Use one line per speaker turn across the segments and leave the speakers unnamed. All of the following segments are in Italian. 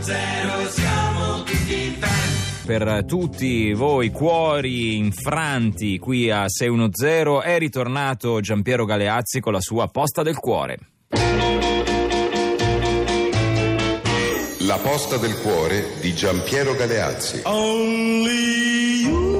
zero siamo tutti fan.
per tutti voi cuori infranti qui a 610 è ritornato Giampiero Galeazzi con la sua posta del cuore.
La posta del cuore di Giampiero Galeazzi.
Only you.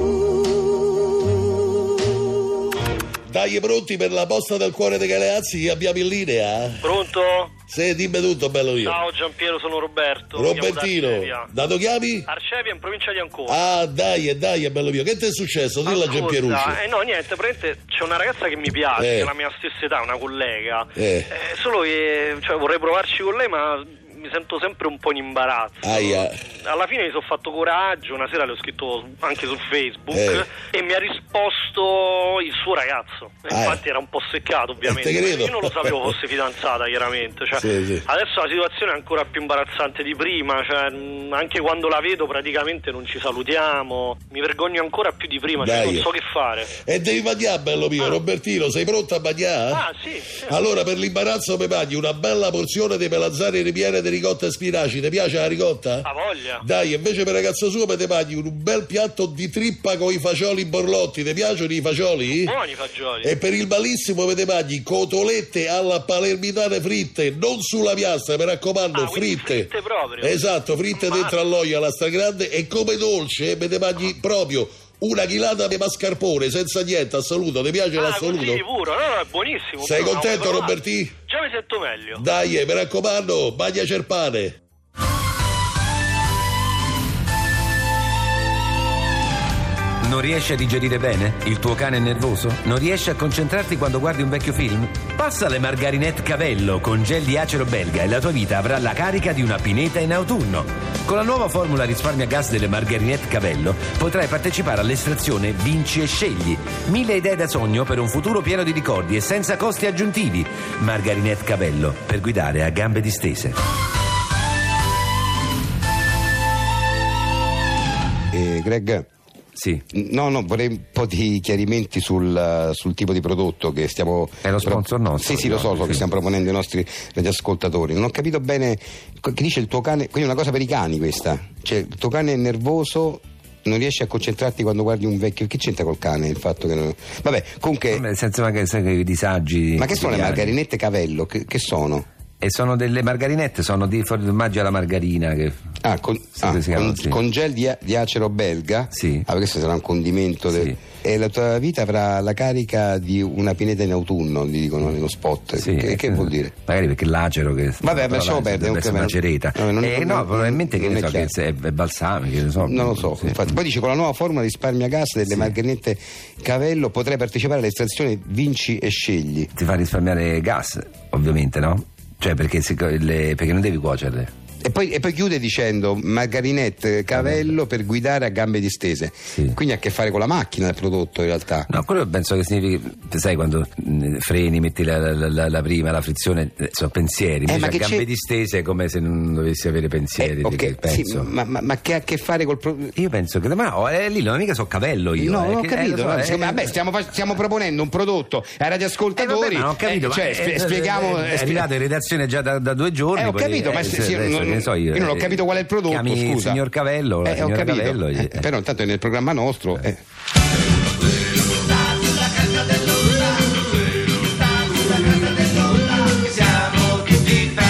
Dai, pronti per la posta del cuore dei Galeazzi? Chi abbiamo in linea?
Pronto?
Se dimmi tutto, bello io.
Ciao Giampiero, sono Roberto. Chiamo da
Robertino,
Arcevia.
da dove chiami?
Arcevia in provincia di Ancona.
Ah, dai, dai, bello mio. Che ti è successo? Dilla a
Ascolta,
Giampieruccio.
Eh no, niente, praticamente c'è una ragazza che mi piace,
Eh.
che è la mia stessa età, una collega.
Eh.
Eh, solo che cioè, vorrei provarci con lei, ma mi sento sempre un po' in imbarazzo.
Aia.
Alla fine mi sono fatto coraggio, una sera le ho scritto anche su Facebook
Eh.
e mi ha risposto il suo ragazzo. E
Ah,
Infatti
eh.
era un po' seccato ovviamente.
Eh, te credo.
Io non lo sapevo fosse fidanzata chiaramente. cioè,
Sì, sì.
Adesso la situazione è ancora più imbarazzante di prima, cioè, mh, anche quando la vedo praticamente non ci salutiamo, mi vergogno ancora più di prima, cioè,
Dai.
non so che fare.
E devi bagnare, bello mio. Robertino, sei pronto a bagnare?
Ah sì, sì.
Allora, per l'imbarazzo, mi paghi una bella porzione di melanzane ripiene di ricotta e spinaci. Ti piace la ricotta?
ha voglia.
Dai, invece per ragazzo suo me te paghi un bel piatto di trippa con i fagioli borlotti, ti piacciono i fagioli?
Buoni i fagioli.
E per il malissimo me te paghi cotolette alla palermitane fritte, non sulla piastra, mi raccomando,
Ah, quindi
fritte.
fritte proprio.
Esatto, fritte
Ma-
dentro all'olio alla stragrande e come dolce me te
Ah.
paghi proprio una chilata di mascarpone senza niente, assoluto, ti piace
ah,
l'assoluto?
così puro, no, no, è buonissimo.
Sei
buono,
contento,
no, ma-
Roberti?
Già mi sento meglio.
Dai, eh, mi raccomando, bagna cerpane.
Non riesci a digerire bene? Il tuo cane è nervoso? Non riesci a concentrarti quando guardi un vecchio film? Passa le Margarinette Cavello con gel di acero belga e la tua vita avrà la carica di una pineta in autunno. Con la nuova formula risparmia gas delle Margarinette Cavello potrai partecipare all'estrazione Vinci e Scegli. Mille idee da sogno per un futuro pieno di ricordi e senza costi aggiuntivi. Margarinette Cavello per guidare a gambe distese.
Eh, Greg,
Sì.
no, no, vorrei un po' di chiarimenti sul, eh, sul tipo di prodotto che stiamo...
È lo sponsor nostro, diciamo,
Sì, sì, lo so, so
sì.
che stiamo proponendo ai nostri radioascoltatori. Non ho capito bene co- che dice il tuo cane, quindi è una cosa per i cani questa. Cioè, il tuo cane è nervoso... Non riesci a concentrarti quando guardi un vecchio. Che c'entra col cane il fatto che non... Vabbè, comunque.
Nel senso magari sai che i disagi.
Eh. Ma che sono le
quotidiani.
margarinette cavello? Che, che sono?
E sono delle margarinette, sono dei formaggi alla margarina. Che...
Ah, con,
Sì,
ah,
che si chiamano
con-
così.
con gel di, di acero belga?
Sì.
Ah, questo sarà un condimento. del-
Sì.
E la tua vita avrà la carica di una pineta in autunno, gli dicono nello spot.
Sì,
che,
eh,
che vuol dire?
Magari perché l'acero che
Vabbè, ma lasciamo
però
perdere,
deve
non
essere
credo-
una cereta.
no, non-
Eh, no,
non-
probabilmente che
non
ne
è
so, che
chiaro.
se- è, è balsamico, che ne so.
Non lo so,
Sì.
infatti. Poi dice con la nuova formula risparmia gas delle margarinette Cavello potrai partecipare all'estrazione Vinci e Scegli.
Ti fa risparmiare gas, ovviamente, no? Cioè, perché, se- le- perché non devi cuocerle.
E poi, e poi chiude dicendo margarinette Cavello per guidare a gambe distese.
Sì.
Quindi ha a che fare con la macchina il prodotto in realtà.
No, quello penso che significhi, sai, quando mh, freni, metti la, la- la- la prima, la frizione, eh, sono pensieri.
Eh,
Invece
ma
a
che
gambe
c'è-
distese è come se non dovessi avere pensieri.
Eh,
di che
ok, sì,
penso.
ma, ma- ma che ha a che fare col pro-
Io penso che. Ma no, eh, lì non è mica so cavello io.
No,
eh,
non ho
che- eh,
capito.
lo so,
no,
eh,
siccome- vabbè, stiamo, fac- stiamo proponendo un prodotto ai
Eh, vabbè,
radioascoltatori.
ma non ho capito,
eh,
ma-
cioè,
eh,
spie-
eh,
spieghiamo.
eh,
eh,
È
spie-
arrivato in redazione già da, da due giorni.
Eh, ho
poi-
capito, ma se-
se-
se-
adesso,
non-
che ne so io,
io non ho
eh,
capito qual è il prodotto,
chiami il
scusa.
signor Cavello, la
Eh, ho
signora
capito.
Cavello.
Eh,
eh,
però intanto è nel programma nostro. eh.
Siamo tutti fan.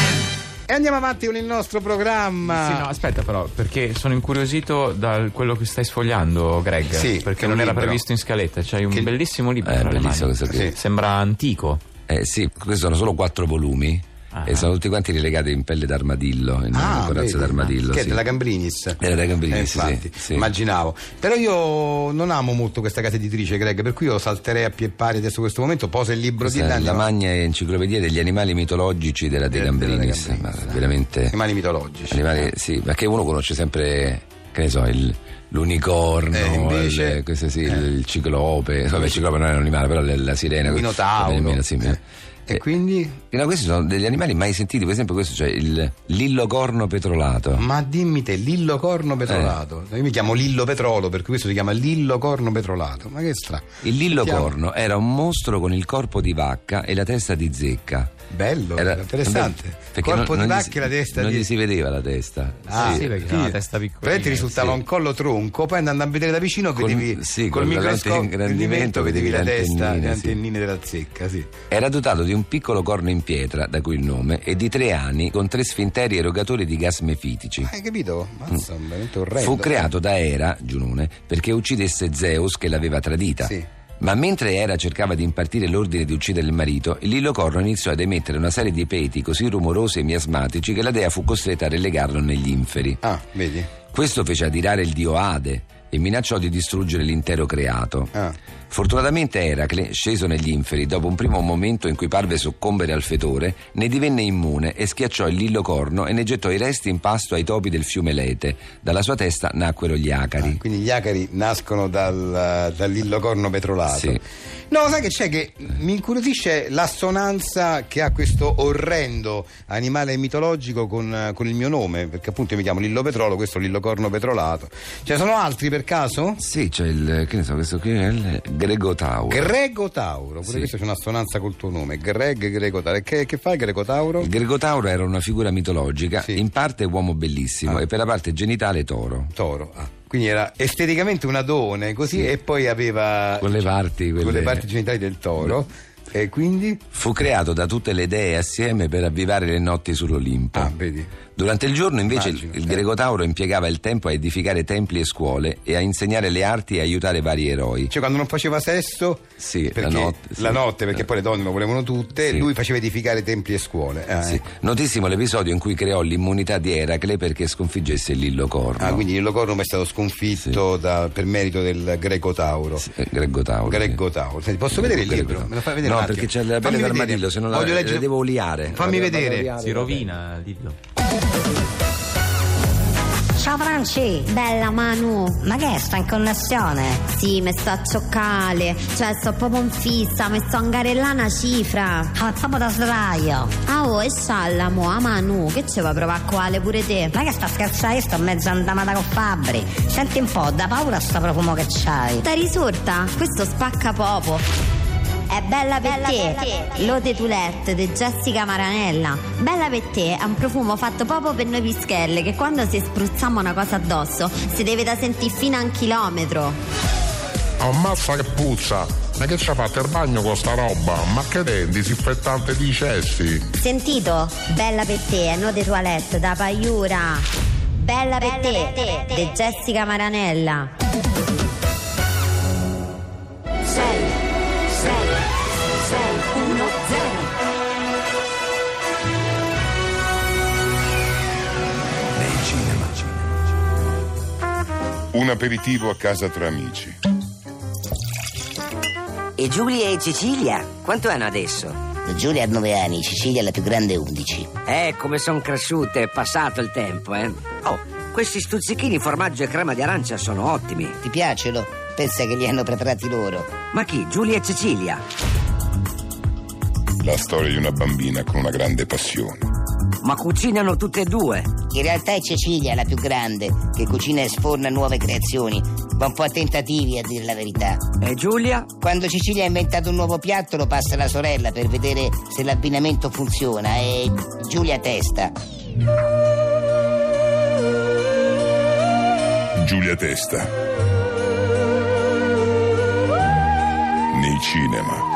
E andiamo avanti con il nostro programma.
Sì, no, aspetta però, perché sono incuriosito da quello che stai sfogliando, Greg.
Sì, che è
perché
un
non era
libro.
previsto in scaletta. C'hai un
Che-
bellissimo libro.
Eh,
tra le
bellissimo
mani.
questo qui.
Sembra antico.
Eh, sì, questi sono solo quattro volumi
Ah.
e sono tutti quanti rilegati in pelle d'armadillo, in
Ah,
corazza
vedi,
d'armadillo.
che
sì.
è della Gambrinis
Della De Gambrinis,
Eh,
sì,
infatti,
sì.
immaginavo però io non amo molto questa casa editrice Greg per cui io salterei a pie pari adesso questo momento posa il libro
Questa
di
è
Daniel
la magna enciclopedia degli animali mitologici della De Gambrinis, ma veramente
animali mitologici
Ah.
animali, sì, ma che uno conosce sempre, che ne so, il- l'unicorno,
Eh, invece-
il, questo
eh.
sì, il- il ciclope, vabbè, il ciclope non è un animale, però la, la sirena,
Il minotauro.
il mino- sì, il mino-
e
eh,
quindi
no, questi sono degli animali mai sentiti, per esempio questo c'è il lillocorno petrolato.
Mm.
ma dimmi te Lillo Corno Petrolato
Eh.
io mi chiamo Lillo Petrolo per cui questo si chiama Lillo Corno Petrolato ma che strano
Il lillocorno era un mostro con il corpo di vacca e la testa di zecca.
Bello,
Era-
interessante.
perché
Corpo
non-
di
non gli
vacca e
si-
la testa
non
di...
gli si vedeva la testa.
Ah,
Sì.
sì, perché aveva la testa piccolina,
Praticamente risultava
sì.
un collo tronco, poi andando a vedere da vicino
Col-
vedevi
sì,
col
col
microscopio
ingrandimento
vedevi
vedevi
la
le
testa, le
antennine, sì.
antennine della zecca, sì.
Era dotato di un piccolo corno in pietra, da cui il nome, e di tre ani con tre sfinteri erogatori di gas mefitici.
Mm. Hai capito? Mazza, veramente orrendo.
Fu creato da Era, Giunone, perché uccidesse Zeus che l'aveva tradita.
Sì.
Ma mentre Era cercava di impartire l'ordine di uccidere il marito, Lillo Corno iniziò ad emettere una serie di peti così rumorosi e miasmatici che la dea fu costretta a relegarlo negli inferi.
Ah, vedi?
Questo fece adirare il dio Ade e minacciò di distruggere l'intero creato.
Ah.
Fortunatamente Eracle, sceso negli inferi dopo un primo momento in cui parve soccombere al fetore, ne divenne immune e schiacciò il lillo corno e ne gettò i resti in pasto ai topi del fiume Lete. Dalla sua testa nacquero gli
Ah,
acari.
quindi gli acari nascono dal, dall'illocorno petrolato.
Sì.
No, sai che c'è che mi incuriosisce l'assonanza che ha questo orrendo animale mitologico con, eh, con il mio nome, perché appunto io mi chiamo Lillo Petrolo, questo è Lillocorno petrolato. Ce ne sono altri per caso?
Sì, c'è il. che ne so, questo qui è il Grego Tau.
Grego Tauro, pure
Sì.
questo c'è un'assonanza col tuo nome, Greg Grego Tauro. E Che, che fa il Grego Tauro?
Il Gregotauro era una figura mitologica,
Sì.
in parte uomo bellissimo
Ah.
e per la parte genitale toro.
Toro, ah. Quindi era esteticamente un adone così
Sì.
e poi aveva
Con le parti,
con le
quelle-
parti genitali del toro. E quindi?
Fu creato da tutte le dee assieme per avvivare le notti sull'Olimpo.
Ah, vedi.
Durante il giorno invece il,
Immagino,
il
eh.
Gregotauro impiegava il tempo a edificare templi e scuole e a insegnare le arti e aiutare vari eroi.
Cioè, quando non faceva sesso,
Sì, la
perché,
notte, sì.
la notte, perché poi le donne lo volevano tutte,
Sì.
lui faceva edificare templi e scuole. Ah,
Sì.
ecco.
Notissimo l'episodio in cui creò l'immunità di Eracle perché sconfiggesse l'illocorno.
Ah, quindi il Locorno è stato sconfitto da- per merito del Greco Tauro.
Sì, eh, Gregotauro. sì.
Greco Tauro. Senti, posso vedere il
Greco
libro?
Tauro.
Me lo fai vedere
No,
un attimo?
perché c'è la pelle
Fammi
del
vedere.
martillo, se no la-
Voglio
la
leggere-
devo oliare.
Fammi vedere.
Si rovina, Lillo.
Ciao Franci, bella Manu, ma che sta in connessione? Sì, mi sto a cioccare, cioè sto proprio in fissa, mi sto a ingarellare una cifra. Ah, proprio da sdraio. Ah oh, e scialla mo, a Manu, che ci vuoi provare a quale pure te? Ma che sta scherzando, io sto mezzo andamata con Fabri. Senti un po', da paura sto profumo che c'hai. Sta risorta? Questo spacca poco. È bella per te, l'Ode Toulette di Jessica Maranella. Bella per te è un profumo fatto proprio per noi pischelle che quando si spruzziamo una cosa addosso si deve da sentire fino a un chilometro.
Ammazza che puzza! Ma che ci ha fatto il bagno con sta roba? Ma che è? Disinfettante di cessi?
Sentito? Bella per te è l'Ode Toilette da Paiura. Bella per te di Jessica Maranella.
Un aperitivo a casa tra amici.
E Giulia e Cecilia, quanto hanno adesso?
Giulia ha 9 anni, Cecilia è la più grande 11.
Eh, come sono cresciute, è passato il tempo, eh. Oh, questi stuzzichini, formaggio e crema di arancia sono ottimi.
Ti piacciono? Pensa che li hanno preparati loro.
Ma chi? Giulia e Cecilia?
La storia di una bambina con una grande passione.
Ma cucinano tutte e due.
In realtà è Cecilia la più grande, che cucina e sforna nuove creazioni, ma un po' a tentativi a dire la verità.
E Giulia?
Quando Cecilia ha inventato un nuovo piatto lo passa alla sorella per vedere se l'abbinamento funziona e Giulia testa.
Giulia Testa. Nei cinema.